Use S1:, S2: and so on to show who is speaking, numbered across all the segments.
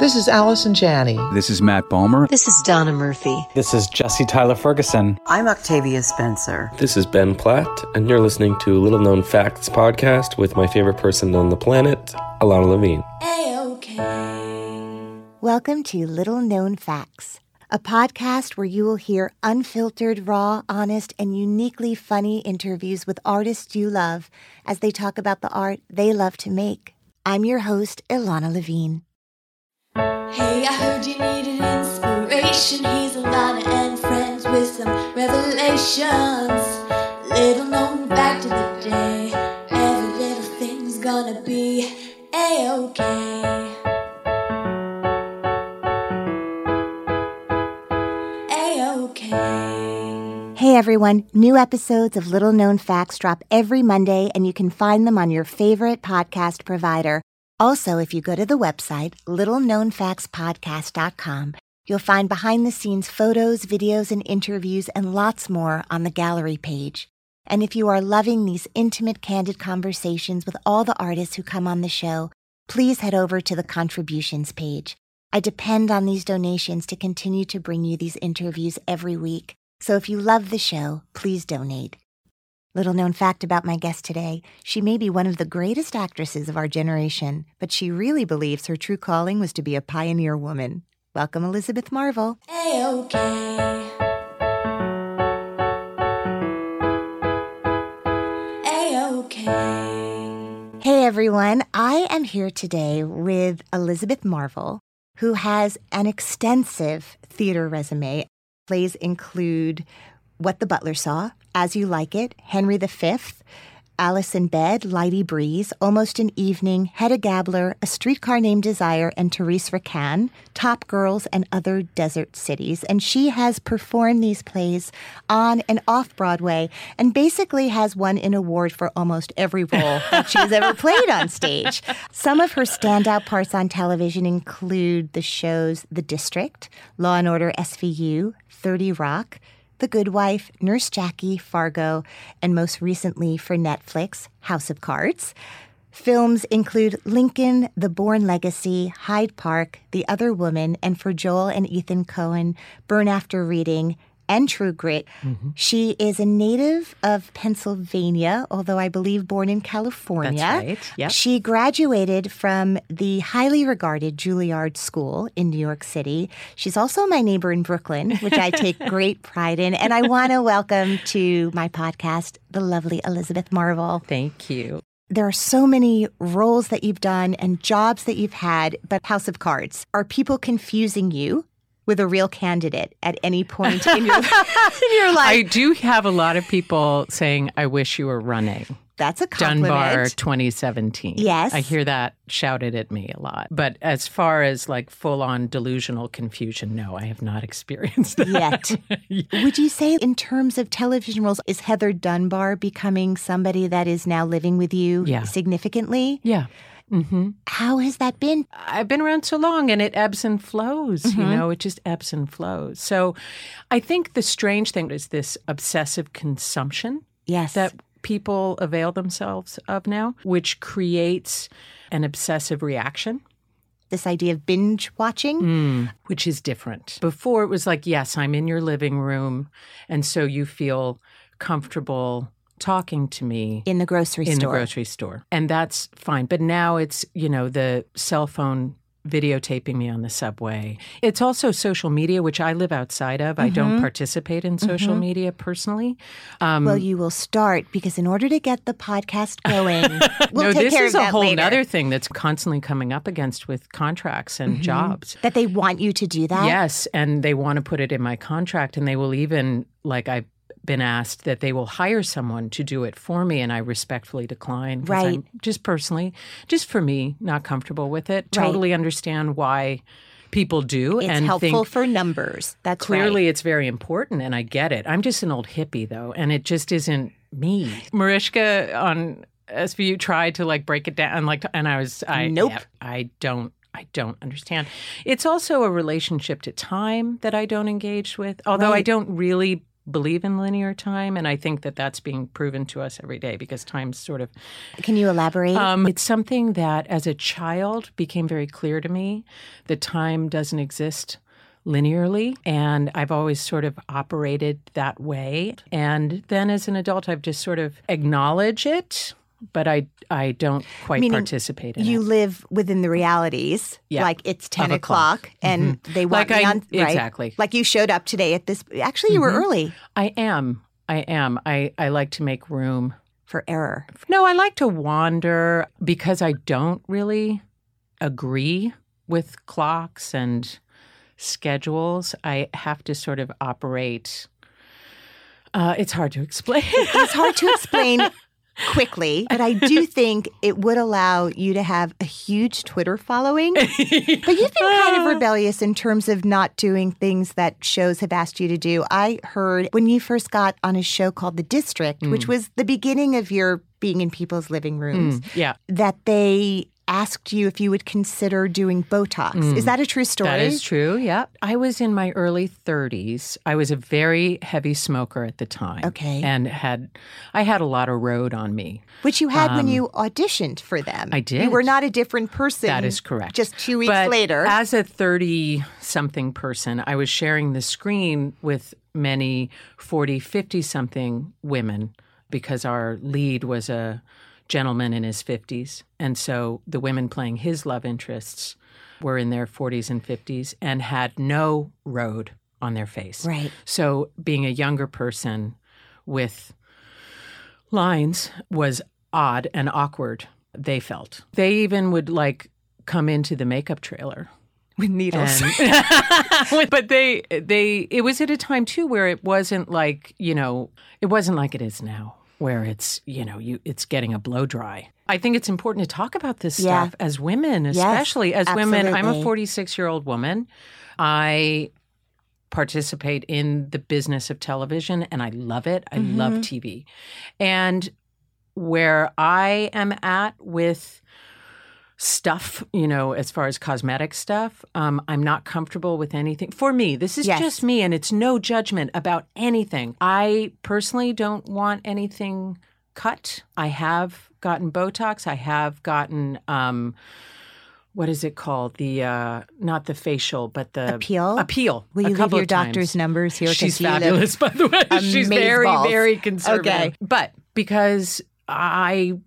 S1: This is Allison Janney.
S2: This is Matt Balmer.
S3: This is Donna Murphy.
S4: This is Jesse Tyler Ferguson.
S5: I'm Octavia Spencer.
S6: This is Ben Platt, and you're listening to Little Known Facts podcast with my favorite person on the planet, Alana Levine.
S7: A-OK. Welcome to Little Known Facts, a podcast where you will hear unfiltered, raw, honest, and uniquely funny interviews with artists you love as they talk about the art they love to make. I'm your host, Ilana Levine.
S8: Hey, I heard you needed inspiration. He's Alana and friends with some revelations. Little known fact of the day. Every little thing's gonna be a-OK. A-OK.
S7: Hey everyone, new episodes of Little Known Facts drop every Monday, and you can find them on your favorite podcast provider. Also, if you go to the website, littleknownfactspodcast.com, you'll find behind the scenes photos, videos, and interviews, and lots more on the gallery page. And if you are loving these intimate, candid conversations with all the artists who come on the show, please head over to the contributions page. I depend on these donations to continue to bring you these interviews every week. So if you love the show, please donate. Little known fact about my guest today she may be one of the greatest actresses of our generation, but she really believes her true calling was to be a pioneer woman. Welcome, Elizabeth Marvel.
S8: A-OK. A-OK.
S7: Hey everyone, I am here today with Elizabeth Marvel, who has an extensive theater resume. Plays include What the Butler Saw, as You Like It, Henry V, Alice in Bed, Lighty Breeze, Almost an Evening, Hedda Gabler, A Streetcar Named Desire, and Therese Rakan, Top Girls, and Other Desert Cities. And she has performed these plays on and off Broadway and basically has won an award for almost every role that she's ever played on stage. Some of her standout parts on television include the shows The District, Law and Order SVU, 30 Rock, the Good Wife, Nurse Jackie, Fargo, and most recently for Netflix, House of Cards. Films include Lincoln, The Born Legacy, Hyde Park, The Other Woman, and for Joel and Ethan Cohen, Burn After Reading, and True Grit. Mm-hmm. She is a native of Pennsylvania, although I believe born in California.
S9: That's right. Yep.
S7: She graduated from the highly regarded Juilliard School in New York City. She's also my neighbor in Brooklyn, which I take great pride in. And I want to welcome to my podcast the lovely Elizabeth Marvel.
S9: Thank you
S7: there are so many roles that you've done and jobs that you've had, but House of Cards, are people confusing you with a real candidate at any point in your, in your life?
S9: I do have a lot of people saying, I wish you were running.
S7: That's a compliment.
S9: Dunbar 2017.
S7: Yes.
S9: I hear that shouted at me a lot. But as far as like full on delusional confusion, no, I have not experienced that.
S7: Yet. yeah. Would you say, in terms of television roles, is Heather Dunbar becoming somebody that is now living with you
S9: yeah.
S7: significantly?
S9: Yeah. Mm-hmm.
S7: How has that been?
S9: I've been around so long and it ebbs and flows, mm-hmm. you know, it just ebbs and flows. So I think the strange thing is this obsessive consumption.
S7: Yes.
S9: That people avail themselves of now, which creates an obsessive reaction.
S7: This idea of binge watching,
S9: mm. which is different. Before it was like, yes, I'm in your living room. And so you feel comfortable talking to me
S7: in the grocery
S9: in
S7: store.
S9: In the grocery store. And that's fine. But now it's, you know, the cell phone videotaping me on the subway. It's also social media, which I live outside of. Mm-hmm. I don't participate in social mm-hmm. media personally.
S7: Um, well, you will start because in order to get the podcast going, we'll
S9: no,
S7: take
S9: this
S7: care
S9: is
S7: of
S9: a
S7: that
S9: whole
S7: later.
S9: other thing that's constantly coming up against with contracts and mm-hmm. jobs
S7: that they want you to do that.
S9: Yes, and they want to put it in my contract, and they will even like I been asked that they will hire someone to do it for me, and I respectfully decline.
S7: Right.
S9: I'm just personally, just for me, not comfortable with it. Right. Totally understand why people do.
S7: It's
S9: and
S7: helpful for numbers. That's
S9: clearly
S7: right.
S9: it's very important, and I get it. I'm just an old hippie though, and it just isn't me. Marishka on SVU tried to like break it down, and like, and I was, I
S7: nope, yeah,
S9: I don't I don't understand. It's also a relationship to time that I don't engage with, although right. I don't really believe in linear time, and I think that that's being proven to us every day because time's sort of
S7: Can you elaborate?
S9: um, it's something that as a child became very clear to me that time doesn't exist linearly. And I've always sort of operated that way. And then as an adult, I've just sort of acknowledge it, but I, I don't quite
S7: Meaning
S9: participate in
S7: you
S9: it.
S7: live within the realities.
S9: Yeah.
S7: Like it's ten
S9: Of a clock. Mm-hmm.
S7: o'clock, and they want
S9: Like
S7: me
S9: I-
S7: on right.
S9: exactly. Mm-hmm.
S7: Like you showed up today at this. Actually, you were early
S9: I am. I am. I, I like to make room.
S7: for error.
S9: No, I like to wander because I don't really agree with clocks and schedules. I have to sort of operate. Uh, it's hard to explain.
S7: It's hard to explain quickly, but I do think it would allow you to have a huge Twitter following. But you've been kind of rebellious in terms of not doing things that shows have asked you to do. I heard when you first got on a show called The District,
S9: Mm.
S7: which was the beginning of your being in people's living rooms,
S9: yeah,
S7: that they asked you if you would consider doing Botox. Is that a true story?
S9: Mm. that is true. Yeah. I was in my early 30s. I was a very heavy smoker at the time.
S7: Okay.
S9: And had I had a lot of road on me.
S7: Which you had when you auditioned for them.
S9: Um, I
S7: You
S9: did.
S7: were not a different person.
S9: That is correct.
S7: Just two weeks
S9: But
S7: later.
S9: As a 30 something person, I was sharing the screen with many 40, 50 something women because our lead was a gentleman in his 50s. And so the women playing his love interests were in their 40s and 50s and had no road on their face.
S7: right.
S9: So being a younger person with lines was odd and awkward, they felt. They even would like come into the makeup trailer.
S7: With needles.
S9: And- but they they it was at a time too where it wasn't like, you know, it wasn't like it is now where it's, you know, you it's getting a blow dry. I think it's important to talk about this
S7: Yeah.
S9: stuff as women, especially as women. I'm a
S7: absolutely.
S9: 46-year-old woman. I participate in the business of television and I love it. I
S7: Mm-hmm.
S9: love TV. And where I am at with stuff, you know, as far as cosmetic stuff, um, I'm not comfortable with anything. For me, this is
S7: Yes.
S9: just me and it's no judgment about anything. I personally don't want anything cut. I have gotten Botox. I have gotten. Um, what is it called? The uh, not the facial, but the
S7: Appeal?
S9: Appeal.
S7: Will you
S9: a
S7: leave
S9: couple
S7: your
S9: of times.
S7: doctor's numbers here? 'Cause
S9: She's
S7: you live-
S9: fabulous, by the way. She's very,
S7: Amazeballs.
S9: very conservative.
S7: Okay.
S9: But because I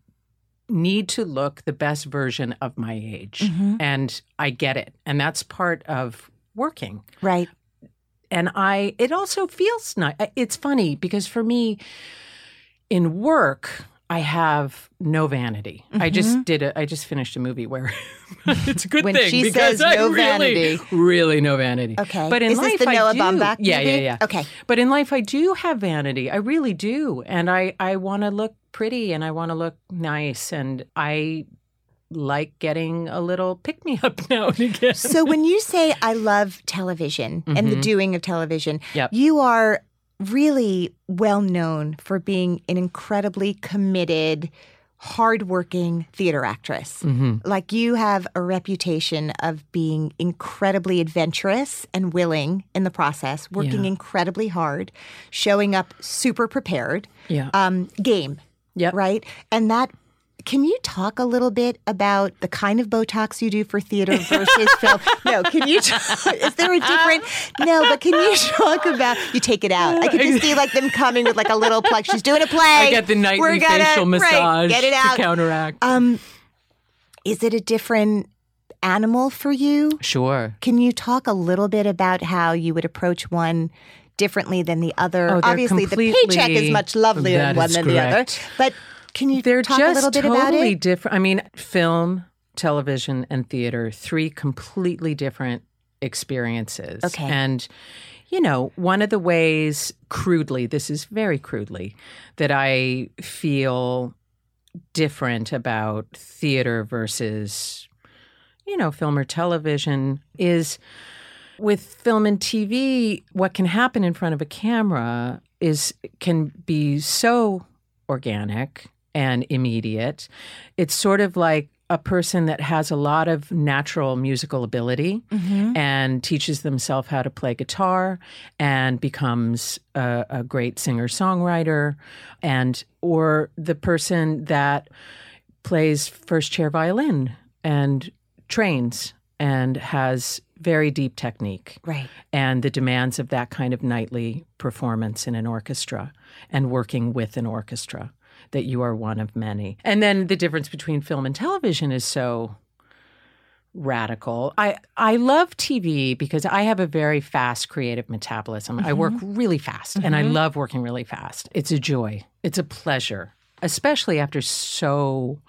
S9: need to look the best version of my age,
S7: Mhm.
S9: and I get it, and that's part of working.
S7: Right.
S9: And I, it also feels nice. It's funny because for me, in work. I have no vanity. I just did. A, I just finished a movie where it's a good
S7: Mm-hmm. When
S9: thing
S7: she
S9: because
S7: says
S9: I
S7: no
S9: really,
S7: vanity.
S9: really no vanity.
S7: Okay.
S9: but in
S7: is
S9: life,
S7: this the
S9: I
S7: Noah
S9: do.
S7: Baumbach?
S9: Yeah, yeah,
S7: movie?
S9: yeah.
S7: Okay.
S9: But in life, I do have vanity. I really do. And I, I want to look pretty and I want to look nice. And I like getting a little pick me up now and again.
S7: So when you say I love television and the
S9: Mhm.
S7: doing of television,
S9: Yep.
S7: you are really well known for being an incredibly committed, hardworking theater actress.
S9: mm-hmm.
S7: Like you have a reputation of being incredibly adventurous and willing in the process, working
S9: Yeah.
S7: incredibly hard, showing up super prepared.
S9: Yeah.
S7: Um, game,
S9: Uh, Yep.
S7: right? And that can you talk a little bit about the kind of Botox you do for theater versus film? No, can you? Talk, is there a different? No, but can you talk about? You take it out. I could just see like them coming with like a little plug. She's doing a play.
S9: I get the nightly
S7: We're gonna,
S9: facial
S7: right,
S9: massage
S7: get it out.
S9: to counteract.
S7: Um, is it a different animal for you?
S9: sure.
S7: Can you talk a little bit about how you would approach one differently than the other?
S9: Oh, they're
S7: Obviously, the paycheck is
S9: completely-
S7: much lovelier in
S9: That
S7: one
S9: is
S7: than
S9: correct.
S7: the other. But can you
S9: They're
S7: talk
S9: just
S7: a little bit
S9: totally
S7: about it?
S9: different. I mean, film, television, and theater, three completely different experiences.
S7: Okay.
S9: And, you know, one of the ways, crudely, this is very crudely, that I feel different about theater versus, you know, film or television is with film and TV, what can happen in front of a camera is can be so organic and immediate. It's sort of like a person that has a lot of natural musical ability
S7: Mm-hmm.
S9: and teaches themselves how to play guitar and becomes a, a great singer songwriter and or the person that plays first chair violin and trains and has very deep technique
S7: Right.
S9: and the demands of that kind of nightly performance in an orchestra and working with an orchestra that you are one of many. And then the difference between film and television is so radical. I I love TV because I have a very fast creative metabolism. I work really fast and I love working really fast. It's a joy. It's a pleasure, especially after so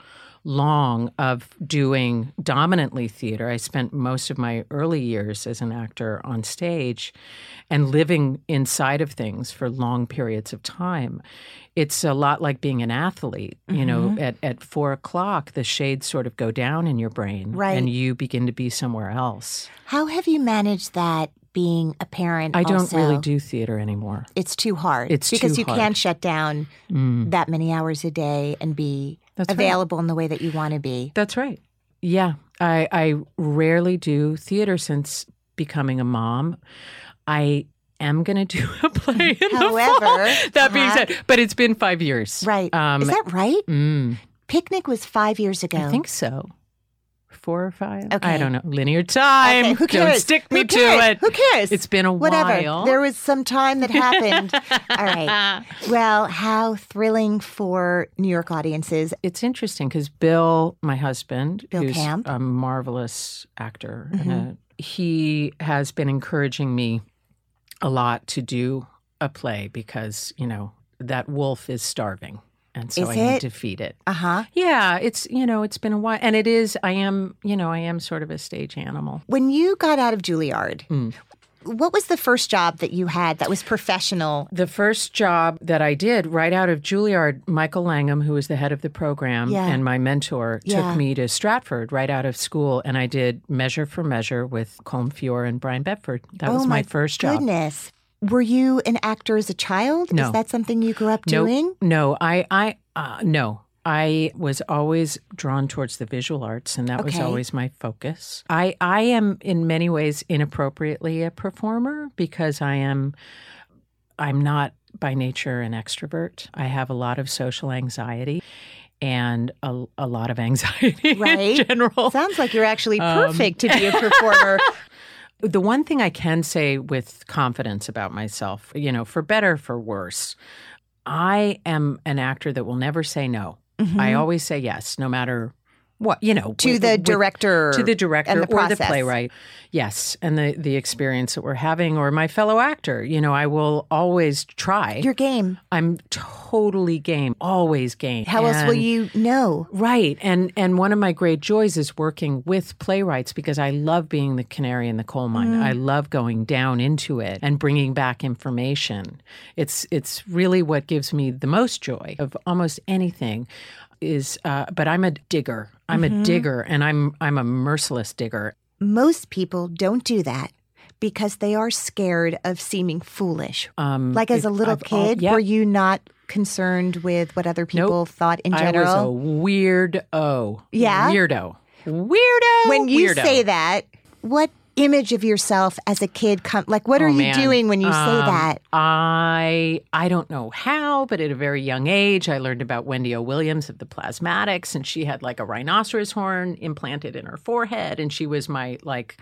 S9: long of doing dominantly theater. I spent most of my early years as an actor on stage and living inside of things for long periods of time. It's a lot like being an athlete. You know, at, at four o'clock, the shades sort of go down in your brain
S7: Right.
S9: and you begin to be somewhere else.
S7: How have you managed that being a parent?
S9: I don't
S7: also?
S9: really do theater anymore.
S7: It's too hard.
S9: It's
S7: because
S9: too
S7: you
S9: hard. Mm.
S7: can't shut down that many hours a day and be
S9: That's right.
S7: available in the way that you want to be.
S9: That's right. Yeah. I, I rarely do theater since becoming a mom. I am going to do a play in the fall.
S7: However,
S9: That being
S7: uh-huh.
S9: said, but it's been five years. Um,
S7: right? Is that right?
S9: mm,
S7: Picnic was five years ago.
S9: I think so. Four or five? I
S7: Okay.
S9: don't know. Linear time.
S7: Okay, who cares?
S9: Don't stick me
S7: Who cares?
S9: to it.
S7: Who cares?
S9: It's been a
S7: Whatever.
S9: while.
S7: There was some time that happened. All right. Well, how thrilling for New York audiences.
S9: it's interesting because Bill, my husband,
S7: Bill
S9: who's
S7: Camp? Mm-hmm.
S9: a marvelous actor, and a, he has been encouraging me a lot to do a play because you know that wolf is starving, and so
S7: Is
S9: I need
S7: it?
S9: to feed it.
S7: Uh huh.
S9: Yeah, it's you know it's been a while, and it is. I am you know I am sort of a stage animal.
S7: When you got out of Juilliard,
S9: Hmm.
S7: what was the first job that you had that was professional?
S9: The first job that I did right out of Juilliard, Michael Langham, who was the head of the program
S7: Yeah.
S9: and my mentor,
S7: Yeah.
S9: took me to Stratford right out of school, and I did Measure for Measure with Colm Feore and Brian Bedford. That was my, first job.
S7: Oh Goodness. Were you an actor as a child?
S9: No.
S7: Is that something you grew up
S9: No,
S7: doing?
S9: no, I, I, uh, no. I was always drawn towards the visual arts, and that was
S7: Okay.
S9: always my focus. I, I am in many ways inappropriately a performer because I am, I'm not by nature an extrovert. I have a lot of social anxiety and a, a lot of anxiety in
S7: Right.
S9: general.
S7: Sounds like you're actually
S9: Um,
S7: perfect to be a performer.
S9: The one thing I can say with confidence about myself, you know, for better, for worse, I am an actor that will never say no. I always say yes, no matter what, you know,
S7: Mm-hmm. to
S9: with-
S7: the
S9: with-
S7: director.
S9: To the director
S7: and the
S9: or the
S7: process.
S9: playwright. Yes. And the, the experience that we're having or my fellow actor. You know, I will always try.
S7: Your game.
S9: I'm totally game, always game.
S7: How else will
S9: And-
S7: you know?
S9: Right. And and one of my great joys is working with playwrights because I love being the canary in the coal mine. I
S7: Mm.
S9: love going down into it and bringing back information. It's it's really what gives me the most joy of almost anything is uh, but I'm a digger. I'm
S7: Mm-hmm.
S9: a digger and I'm I'm a merciless digger.
S7: Most people don't do that because they are scared of seeming foolish.
S9: Um
S7: Like as
S9: it-
S7: a little
S9: I've al-
S7: kid,
S9: yeah.
S7: were you not concerned with what other people thought in
S9: I was a
S7: general?
S9: weirdo.
S7: Yeah?
S9: Weirdo. Weirdo.
S7: when you
S9: weirdo.
S7: say that, what image of yourself as a kid come like what are
S9: Oh,
S7: you
S9: man.
S7: doing when you say
S9: Um,
S7: that?
S9: I I don't know how, but at a very young age, I learned about Wendy O. Williams of the Plasmatics, and she had like a rhinoceros horn implanted in her forehead, and she was my like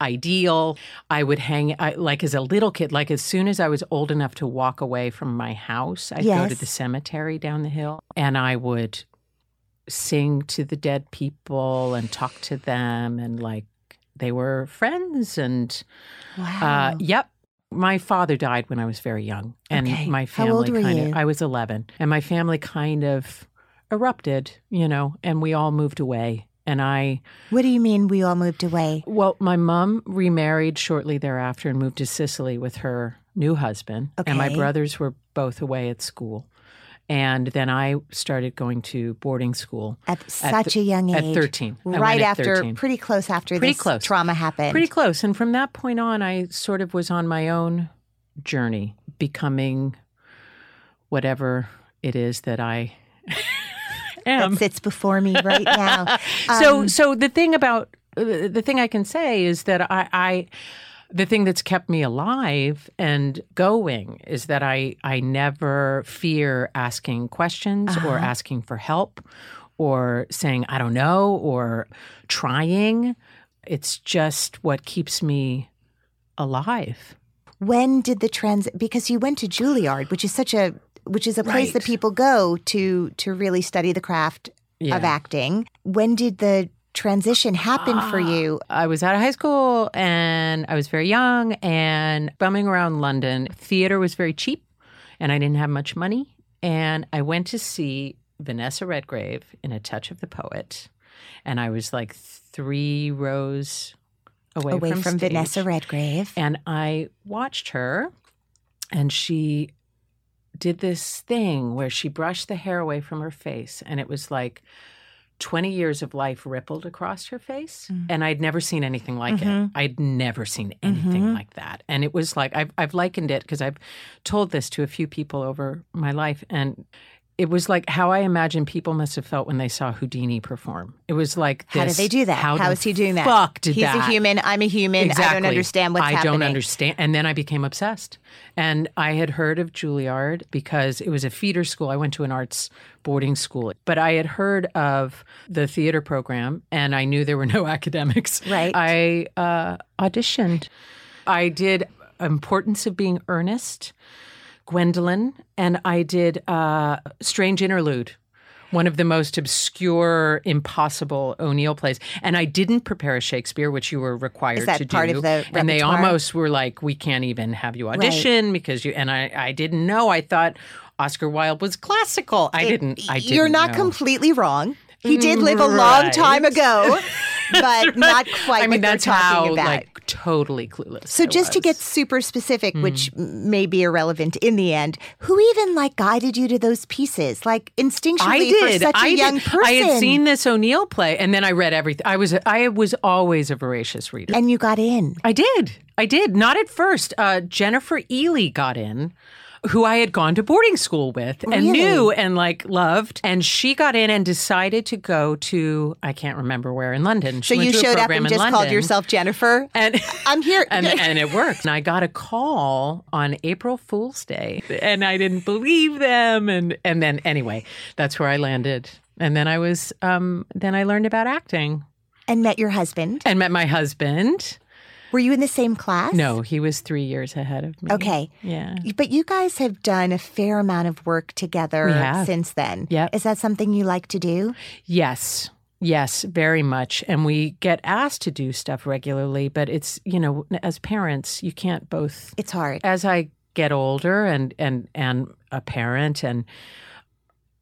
S9: ideal. I would hang I, like as a little kid, like as soon as I was old enough to walk away from my house, I'd go to
S7: Yes.
S9: the cemetery down the hill, and I would sing to the dead people and talk to them, and like they were friends and.
S7: Wow.
S9: Uh, yep. My father died when I was very young, and
S7: Okay.
S9: my
S7: How
S9: family
S7: old were
S9: kind
S7: you?
S9: of I was 11, and my family kind of erupted, you know, and we all moved away. And I,
S7: what do you mean we all moved away?
S9: well, my mom remarried shortly thereafter and moved to Sicily with her new husband, and my
S7: Okay.
S9: brothers were both away at school. And then I started going to boarding school
S7: At,
S9: at
S7: such a young
S9: at
S7: age.
S9: 13. I went
S7: Right
S9: at
S7: after
S9: 13.
S7: pretty close after
S9: Pretty
S7: this
S9: close.
S7: trauma happened.
S9: Pretty close. And from that point on, I sort of was on my own journey, becoming whatever it is that I am.
S7: that sits before me right now.
S9: so so the thing about uh, the thing I can say is that I, I the thing that's kept me alive and going is that I I never fear asking questions or asking for help or saying I don't know or trying. It's just what keeps me alive.
S7: when did the trans because you went to Juilliard, which is such a which is a place that people go to to really study the craft of
S9: Yeah.
S7: acting. When did the transition happen
S9: Ah.
S7: for you?
S9: I was out of high school and I was very young and bumming around London. Theater was very cheap and I didn't have much money. And I went to see Vanessa Redgrave in A Touch of the Poet. And I was like three rows away,
S7: Away from,
S9: stage.
S7: Vanessa Redgrave.
S9: And I watched her, and she did this thing where she brushed the hair away from her face, and it was like 20 years of life rippled across her face.
S7: Mm.
S9: And I'd never seen anything like it.
S7: Mhm.
S9: I'd never seen anything
S7: Mm-hmm.
S9: like that. And it was like, I've, I've likened it because I've told this to a few people over my life, and it was like how I imagine people must have felt when they saw Houdini perform. It was like,
S7: How did
S9: this,
S7: they do that?
S9: How,
S7: How
S9: the
S7: is he doing that?
S9: Fuck did
S7: He's
S9: that?
S7: a human. I'm a human. I don't understand what's
S9: I
S7: happening.
S9: don't understand. And then I became obsessed. And I had heard of Juilliard because it was a feeder school. I went to an arts boarding school, but I had heard of the theater program and I knew there were no academics.
S7: Right.
S9: I uh, auditioned. I did Importance of Being Earnest, Gwendolyn, and I did uh, Strange Interlude. One of the most obscure, impossible O'Neill plays, and I didn't prepare a Shakespeare, which you were required
S7: Is that
S9: to
S7: part
S9: do.
S7: of the
S9: and they
S7: repertoire?
S9: almost were like, "We can't even have you audition because you." And I, I didn't know. I thought Oscar Wilde was classical. I didn't. I didn't.
S7: You're not
S9: know.
S7: completely wrong. He did live a long
S9: Right.
S7: time ago, but not quite
S9: I
S7: what
S9: mean, that's
S7: you're talking
S9: how
S7: about.
S9: like totally clueless.
S7: So
S9: I
S7: just to
S9: was. Hmm.
S7: get super specific, which m- may be irrelevant in the end, who even like guided you to those pieces? Like instinctually
S9: I did.
S7: for such a
S9: I
S7: young
S9: did.
S7: person.
S9: I had seen this O'Neill play, and then I read everything. I was I was always a voracious reader.
S7: and you got in.
S9: I did. I did. Not at first. Uh, Jennifer Ely got in, who I had gone to boarding school with and
S7: Really?
S9: knew and like loved. And she got in and decided to go to, I can't remember where in London. She
S7: So
S9: went
S7: you
S9: to a
S7: showed up
S9: program
S7: and
S9: in
S7: just called
S9: London.
S7: yourself Jennifer.
S9: And
S7: I'm here.
S9: and, and it worked. And I got a call on April Fool's Day, and I didn't believe them. And and then anyway, that's where I landed. And then I was, um, then I learned about acting
S7: And met your husband.
S9: and met my husband.
S7: Were you in the same class?
S9: No, he was three years ahead of me.
S7: Okay.
S9: Yeah.
S7: But you guys have done a fair amount of work together
S9: We have.
S7: since then.
S9: Yep.
S7: Is that something you like to do?
S9: Yes. Yes, very much. And we get asked to do stuff regularly, but it's, you know, as parents, you can't both
S7: It's hard.
S9: as I get older and and and a parent and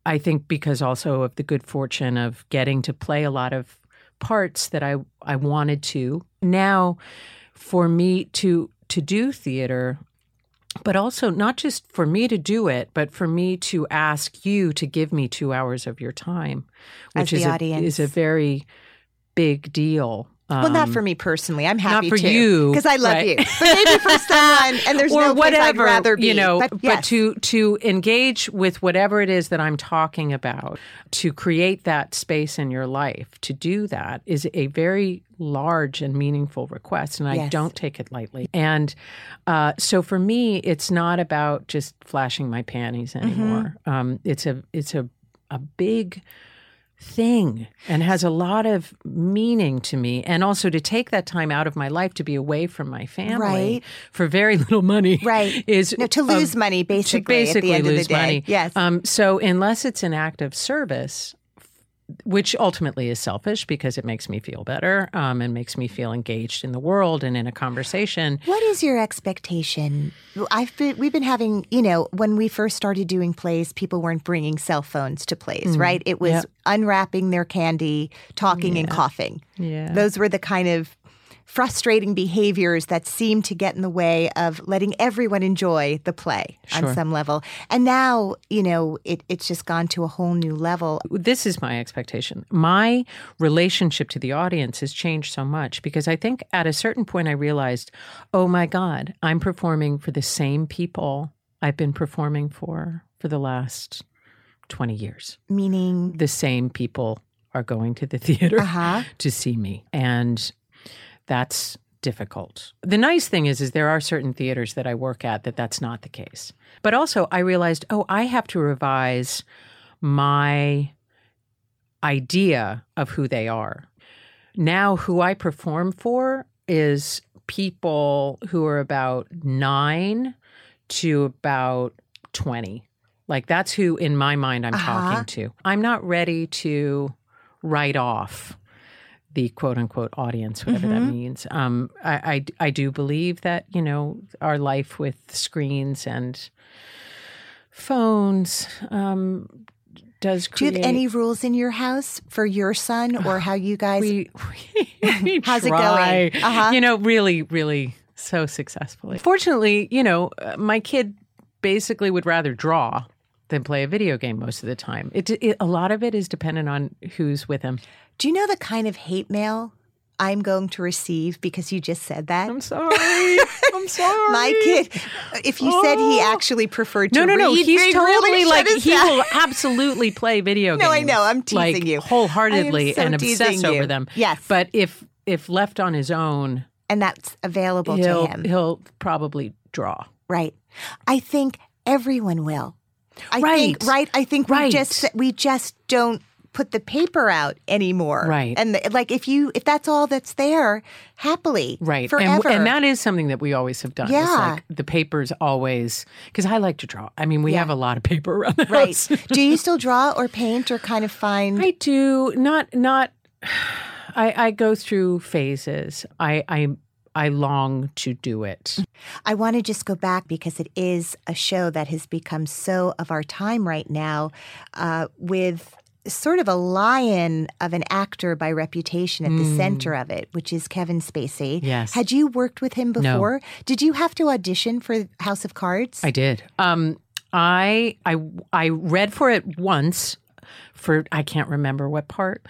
S9: I think because also of the good fortune of getting to play a lot of parts that I I wanted to. Now for me to to do theater but also not just for me to do it, but for me to ask you to give me 2 hours of your time,
S7: As
S9: which
S7: the
S9: is a,
S7: audience.
S9: is a very big deal.
S7: well, not
S9: Um,
S7: for me personally. I'm happy
S9: for
S7: to,
S9: you,
S7: because I love
S9: right.
S7: you. But maybe for someone, and there's
S9: or
S7: no place
S9: whatever
S7: I'd rather be.
S9: you know
S7: but,
S9: but,
S7: yes.
S9: to to engage with whatever it is that i'm talking about to create that space in your life to do that is a very large and meaningful request and i
S7: Yes.
S9: don't take it lightly and uh, so for me it's not about just flashing my panties
S7: Mm-hmm.
S9: anymore um, it's a it's a a big thing and has a lot of meaning to me and also to take that time out of my life to be away from my family
S7: Right.
S9: for very little money
S7: Right.
S9: is
S7: No, to lose
S9: um,
S7: money basically,
S9: to basically
S7: at the end
S9: lose
S7: of the day.
S9: money
S7: Yes.
S9: um, so unless it's an act of service which ultimately is selfish because it makes me feel better um, and makes me feel engaged in the world and in a conversation
S7: what is your expectation? I've been we've been having, you know, when we first started doing plays, people weren't bringing cell phones to plays,
S9: Mm.
S7: right? It was
S9: Yep.
S7: unwrapping their candy, talking and coughing.
S9: yeah
S7: Those were the kind of frustrating behaviors that seemed to get in the way of letting everyone enjoy the play on some level. And now, you know, it, it's just gone to a whole new level.
S9: this is my expectation. My relationship to the audience has changed so much because I think at a certain point I realized, oh my God, I'm performing for the same people I've been performing for for the last 20 years.
S7: meaning
S9: The same people are going to the theater
S7: uh-huh
S9: to see me and that's difficult the nice thing is is there are certain theaters that i work at that that's not the case but also i realized oh i have to revise my idea of who they are now who i perform for is people who are about 9 to about 20 like that's who in my mind i'm
S7: Uh-huh.
S9: talking to i'm not ready to write off the quote unquote audience, whatever that
S7: Mhm.
S9: means. Um, I, I, I do believe that, you know, our life with screens and phones um, does
S7: do you
S9: create.
S7: have any rules in your house for your son or how you guys
S9: We, we, we
S7: How's it
S9: try,
S7: going? Uh-huh.
S9: You know, really, really so successfully. Fortunately, you know, uh, my kid basically would rather draw than play a video game most of the time. It, it a lot of it is dependent on who's with him.
S7: do you know the kind of hate mail i'm going to receive because you just said that
S9: I'm sorry. I'm sorry. Oh.
S7: my kid if you said he actually preferred to
S9: No, no, no.
S7: read,
S9: He's
S7: they
S9: totally
S7: really
S9: like
S7: shut us
S9: he
S7: down.
S9: will absolutely play video games.
S7: No, I know. I'm teasing
S9: like,
S7: you. I
S9: wholeheartedly
S7: am so
S9: and obsess
S7: teasing you.
S9: over them.
S7: Yes.
S9: but if if left on his own,
S7: and that's available
S9: he'll
S7: to him
S9: he'll probably draw.
S7: Right. I think everyone will. I think
S9: Right.
S7: right. I think we
S9: Right.
S7: just we just don't put the paper out anymore.
S9: Right.
S7: And the, like if you if that's all that's there, happily.
S9: Right. And,
S7: Forever.
S9: and that is something that we always have done. It's
S7: Yeah.
S9: like the paper's always, because I like to draw. I mean, we
S7: Yeah.
S9: have a lot of paper around the house.
S7: right. Do you still draw or paint or kind of find
S9: I do not not. I, I go through phases. I, I I long to do it.
S7: I want to just go back because it is a show that has become so of our time right now uh, with sort of a lion of an actor by reputation at the center of it, which is Kevin Spacey.
S9: Hmm. Yes.
S7: Had you worked with him before? Did you have to audition for House of Cards?
S9: I did. Um, I I I read for it once for I can't remember what part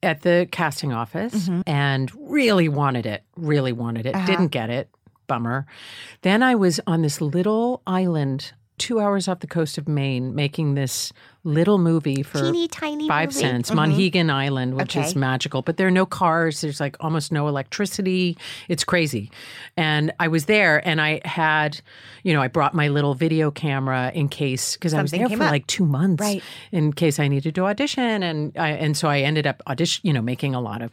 S9: at the casting office
S7: Mm-hmm.
S9: and really wanted it. Really wanted
S7: Uh-huh.
S9: it. Didn't get it. Bummer. Then I was on this little island 2 hours off the coast of Maine making this little movie for
S7: Teeny tiny
S9: 5
S7: movie. Mm-hmm.
S9: cents Monhegan Island which is
S7: Okay.
S9: magical but there are no cars there's like almost no electricity it's crazy and I was there and I had you know I brought my little video camera in case cuz I was
S7: Something
S9: there
S7: came
S9: for
S7: up.
S9: like 2 months
S7: Right.
S9: in case I needed to audition and I and so I ended up audition you know making a lot of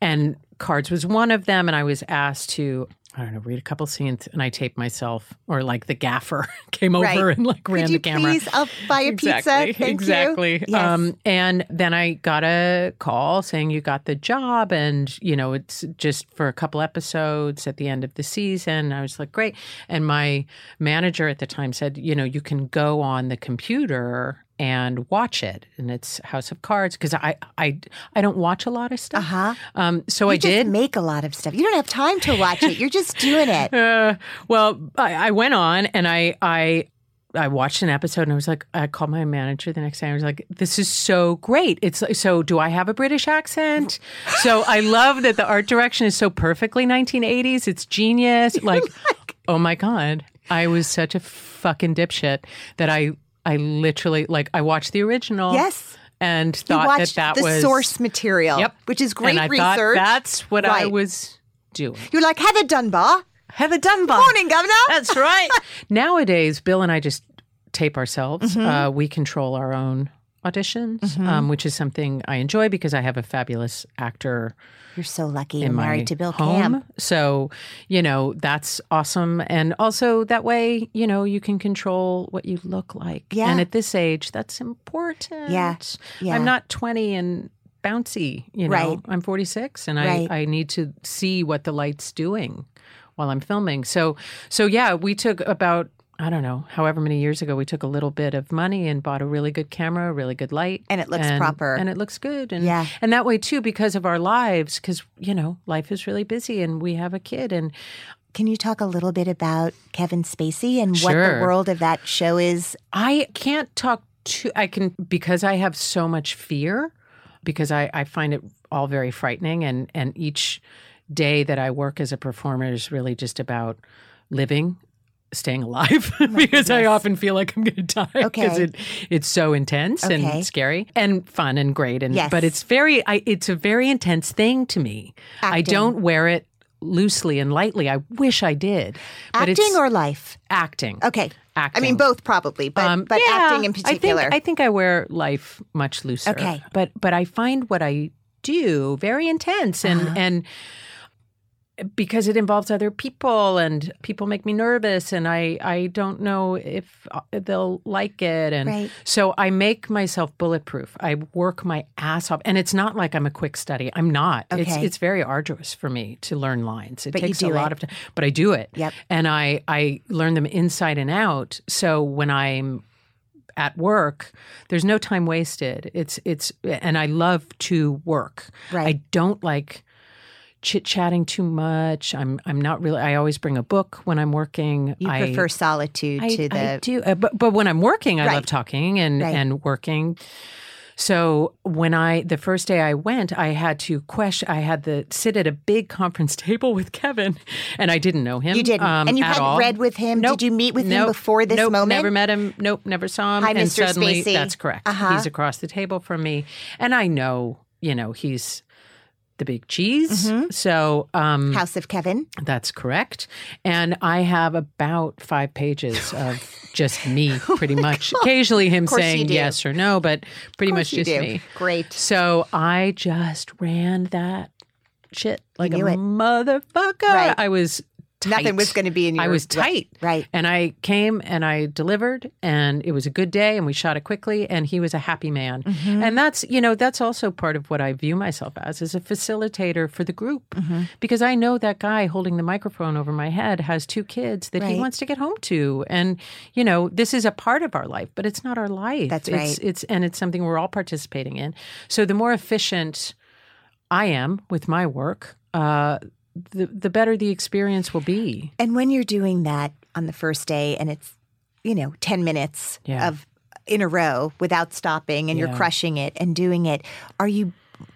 S9: and cards was one of them and I was asked to I don't know, read a couple scenes, and I taped myself, or like the gaffer came over
S7: Right.
S9: and like ran
S7: Could you
S9: the camera
S7: please uh, buy a
S9: exactly,
S7: pizza? Thank
S9: exactly.
S7: You. Yes.
S9: Um, and then I got a call saying you got the job, and you know it's just for a couple episodes at the end of the season. I was like, great. And my manager at the time said, you know, you can go on the computer and watch it, and it's House of Cards because I I I don't watch a lot of stuff.
S7: Uh-huh.
S9: Um, so
S7: you
S9: I
S7: just
S9: did.
S7: make a lot of stuff. You don't have time to watch it. You're just doing it.
S9: Uh, well, I, I went on and I I I watched an episode and I was like, I called my manager the next day. And I was like, this is so great. It's like, so. Do I have a British accent? so I love that the art direction is so perfectly 1980s. It's genius. Like, oh my god, I was such a fucking dipshit that I I literally like I watched the original.
S7: Yes.
S9: And
S7: You
S9: thought that
S7: watched
S9: that
S7: the
S9: was
S7: source material,
S9: Yep.
S7: which is great
S9: and I thought
S7: research.
S9: that's what I
S7: Right.
S9: was doing.
S7: You're like Heather Dunbar.
S9: Heather Dunbar.
S7: Morning, Governor.
S9: That's right. Nowadays, Bill and I just tape ourselves. Uh, we control our own auditions, um, which is something I enjoy because I have a fabulous actor
S7: You're so lucky.
S9: in
S7: You're
S9: my
S7: married to Bill
S9: home.
S7: Cam.
S9: So, you know, that's awesome. And also that way, you know, you can control what you look like.
S7: Yeah.
S9: And at this age, that's important.
S7: yeah.
S9: I'm not 20 and bouncy, you know.
S7: Right.
S9: I'm 46 and
S7: Right.
S9: I, I need to see what the light's doing while I'm filming. So so yeah, we took about I don't know, however many years ago we took a little bit of money and bought a really good camera, a really good light.
S7: And it looks
S9: and-
S7: proper.
S9: And it looks good. And
S7: Yeah.
S9: and that way too, because of our lives, because you know, life is really busy and we have a kid and
S7: Can you talk a little bit about Kevin Spacey and what
S9: Sure.
S7: the world of that show is?
S9: I can't talk to I can because I have so much fear because I, I find it all very frightening and and each day that I work as a performer is really just about living staying alive because I
S7: yes.
S9: often feel like I'm going to die because
S7: Okay.
S9: it it's so intense
S7: Okay.
S9: and scary and fun and great and
S7: Yes.
S9: but it's very I, it's a very intense thing to me. I
S7: Acting.
S9: don't wear it loosely and lightly. I wish I did, but
S7: acting
S9: it's
S7: or life?
S9: acting.
S7: Okay.
S9: Acting.
S7: I mean, both probably, but,
S9: Um,
S7: but
S9: yeah,
S7: acting in
S9: I
S7: particular.
S9: think, I think I wear life much looser.
S7: Okay.
S9: but but I find what I do very intense and
S7: Uh-huh.
S9: and because it involves other people and people make me nervous and I I don't know if uh, they'll like it and
S7: Right.
S9: so I make myself bulletproof. I work my ass off and it's not like I'm a quick study. I'm not. It's
S7: Okay.
S9: it's very arduous for me to learn lines. It
S7: But you
S9: takes
S7: do
S9: a
S7: it.
S9: lot of time, but I do it.
S7: Yep.
S9: And I I learn them inside and out. So when I'm at work, there's no time wasted. It's it's and I love to work.
S7: Right.
S9: I don't like chit chatting too much. I'm I'm not really. I always bring a book when I'm working.
S7: you
S9: I,
S7: prefer solitude
S9: I,
S7: to the.
S9: I do, uh, but but when I'm working, I
S7: Right.
S9: love talking and
S7: Right.
S9: and working. So when I the first day I went, I had to question. I had to sit at a big conference table with Kevin, and I didn't know him.
S7: You didn't,
S9: um,
S7: and you
S9: at
S7: hadn't
S9: all.
S7: read with him.
S9: Nope.
S7: Did you meet with him
S9: Nope.
S7: before this
S9: Nope.
S7: moment?
S9: Never met him. Nope. Never saw him.
S7: Hi,
S9: and
S7: Mr.
S9: suddenly,
S7: Spacey.
S9: that's correct.
S7: Uh-huh.
S9: He's across the table from me, and I know you know he's the big cheese.
S7: Mm-hmm.
S9: So um,
S7: House of Kevin.
S9: that's correct. And I have about five pages of just me, pretty much. Occasionally
S7: Oh
S9: him
S7: Of course you
S9: saying
S7: do.
S9: yes or no, but pretty much
S7: you
S9: just
S7: do.
S9: me.
S7: Great.
S9: So I just ran that shit like a
S7: knew it.
S9: motherfucker.
S7: Right.
S9: I was tight.
S7: Nothing was going to be in your.
S9: I was tight.
S7: Right.
S9: And I came and I delivered, and it was a good day, and we shot it quickly, and he was a happy man.
S7: Mm-hmm.
S9: And that's, you know, that's also part of what I view myself as, as a facilitator for the group.
S7: Mm-hmm.
S9: Because I know that guy holding the microphone over my head has two kids that
S7: Right.
S9: he wants to get home to. And, you know, this is a part of our life, but it's not our life.
S7: That's
S9: It's,
S7: right.
S9: it's, and it's something we're all participating in. So the more efficient I am with my work, uh, the, the better the experience will be.
S7: And when you're doing that on the first day and it's, you know, 10 minutes
S9: Yeah.
S7: of in a row without stopping and you're
S9: Yeah.
S7: crushing it and doing it, are you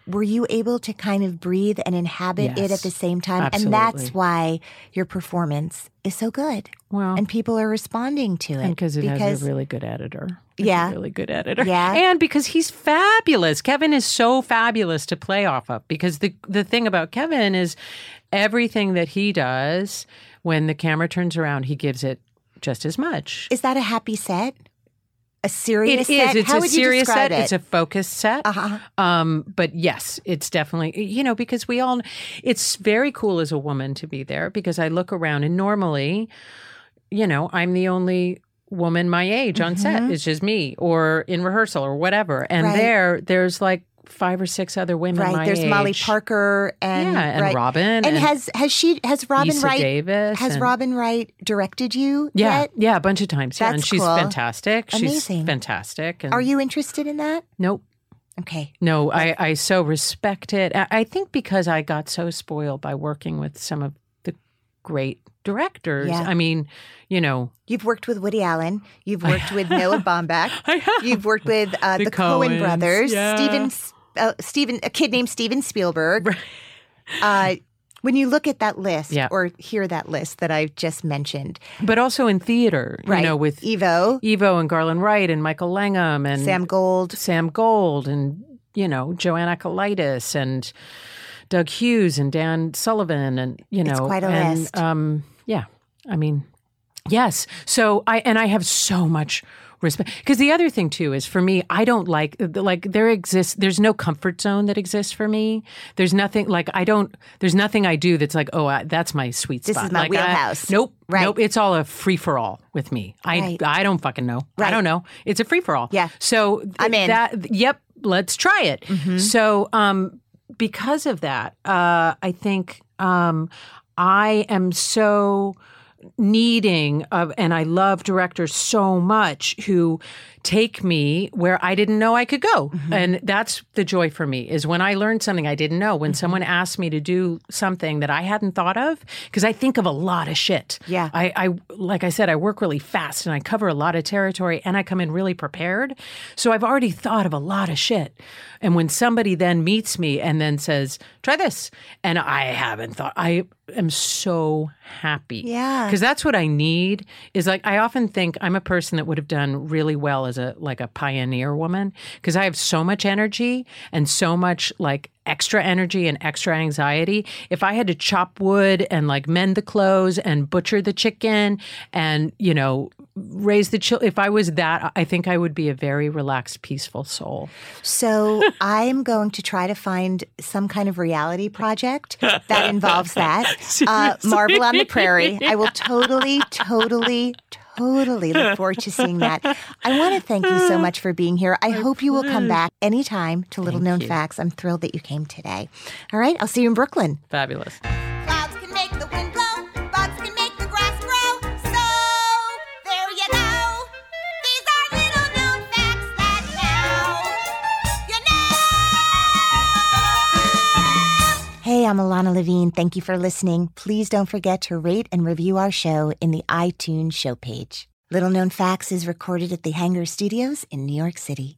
S7: were you able to kind of breathe and inhabit it at
S9: Yes.
S7: the same time?
S9: Absolutely.
S7: And that's why your performance is so good
S9: Well,
S7: and people are responding to it.
S9: And because it has a really good editor. It's a
S7: Yeah.
S9: really good editor.
S7: Yeah.
S9: And because he's fabulous. Kevin is so fabulous to play off of because the the thing about Kevin is everything that he does when the camera turns around, he gives it just as much.
S7: is that a happy set? A serious
S9: It is.
S7: set?
S9: It's
S7: How
S9: a
S7: would you
S9: serious
S7: describe
S9: set.
S7: It?
S9: It's a focused set.
S7: Uh-huh.
S9: Um, but yes, it's definitely you know because we all. It's very cool as a woman to be there because I look around and normally, you know, I'm the only woman my age on set. It's just me or in rehearsal or whatever.
S7: Mm-hmm.
S9: And
S7: Right.
S9: there, there's like five or six other women.
S7: right.
S9: my
S7: There's Molly
S9: age.
S7: Parker and,
S9: yeah, and
S7: right.
S9: Robin,
S7: And, has has she has Robin
S9: Issa
S7: Wright
S9: Davis
S7: Has
S9: and-
S7: Robin Wright directed you
S9: Yeah,
S7: yet?
S9: yeah, a bunch of times. yeah, and
S7: That's
S9: she's
S7: cool.
S9: fantastic.
S7: Amazing.
S9: She's fantastic. And
S7: Are you interested in that?
S9: Nope.
S7: Okay.
S9: No, I, I so respect it. I, I think because I got so spoiled by working with some of the great directors.
S7: Yeah.
S9: I mean, you know,
S7: You've worked with Woody Allen. You've worked with Noah Baumbach.
S9: I have.
S7: You've worked with uh, the,
S9: The
S7: Cohen
S9: Coens,
S7: brothers.
S9: yeah.
S7: Steven, S- uh, Steven, a kid named Steven Spielberg. Uh, when you look at that list
S9: Yeah.
S7: or hear that list that I've just mentioned,
S9: but also in theater,
S7: right?
S9: you know, with
S7: Evo,
S9: Evo and Garland Wright and Michael Langham and
S7: Sam Gold,
S9: Sam Gold and, you know, Joanna Colitis and Doug Hughes and Dan Sullivan and, you know,
S7: It's quite a
S9: and,
S7: list.
S9: Um, yeah. I mean, yes. So I, and I have so much respect. Because the other thing too is for me, I don't like, like, there exists, there's no comfort zone that exists for me. There's nothing, like, I don't, there's nothing I do that's like, oh, I, that's my sweet
S7: This
S9: spot.
S7: is my
S9: Like, I-
S7: wheelhouse.
S9: nope.
S7: Right.
S9: Nope. It's all a free for all with me. I,
S7: Right.
S9: I don't fucking know.
S7: Right.
S9: I don't know. It's a free for all.
S7: Yeah.
S9: So
S7: I'm in. Mm-hmm.
S9: that yep, let's try it. So um because of that, uh I think um I am so needing of and I love directors so much who take me where I didn't know I could go.
S7: Mm-hmm.
S9: And that's the joy for me is when I learned something I didn't know,
S7: Mm-hmm.
S9: when someone asked me to do something that I hadn't thought of, because I think of a lot of shit.
S7: Yeah.
S9: I, I, like I said, I work really fast and I cover a lot of territory and I come in really prepared. So I've already thought of a lot of shit. And when somebody then meets me and then says, try this, and I haven't thought, I am so happy.
S7: Yeah.
S9: Because that's what I need is like, I often think I'm a person that would have done really well as a, like a pioneer woman because I have so much energy and so much like, extra energy and extra anxiety. If I had to chop wood and like mend the clothes and butcher the chicken and, you know, raise the chill, if I was that, I think I would be a very relaxed, peaceful soul.
S7: So I'm going to try to find some kind of reality project that involves that. Uh, Marvel on the Prairie. I will totally, totally, totally look forward to seeing that. I want to thank you so much for being here. I hope you will come back anytime to Little Known Facts. I'm thrilled that you came today. All right, I'll see you in Brooklyn.
S9: Fabulous.
S1: Clouds can make the wind blow, bugs can make the grass grow. So there you go. These are little known facts that now you know.
S7: Hey, I'm Alana Levine. Thank you for listening. Please don't forget to rate and review our show in the iTunes show page. Little Known Facts is recorded at the Hangar Studios in New York City.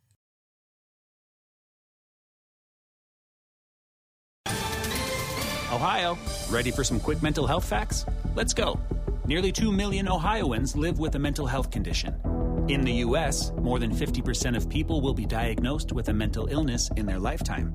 S2: Ohio, ready for some quick mental health facts? Let's go. Nearly 2 million Ohioans live with a mental health condition. In the U.S., more than 50% of people will be diagnosed with a mental illness in their lifetime.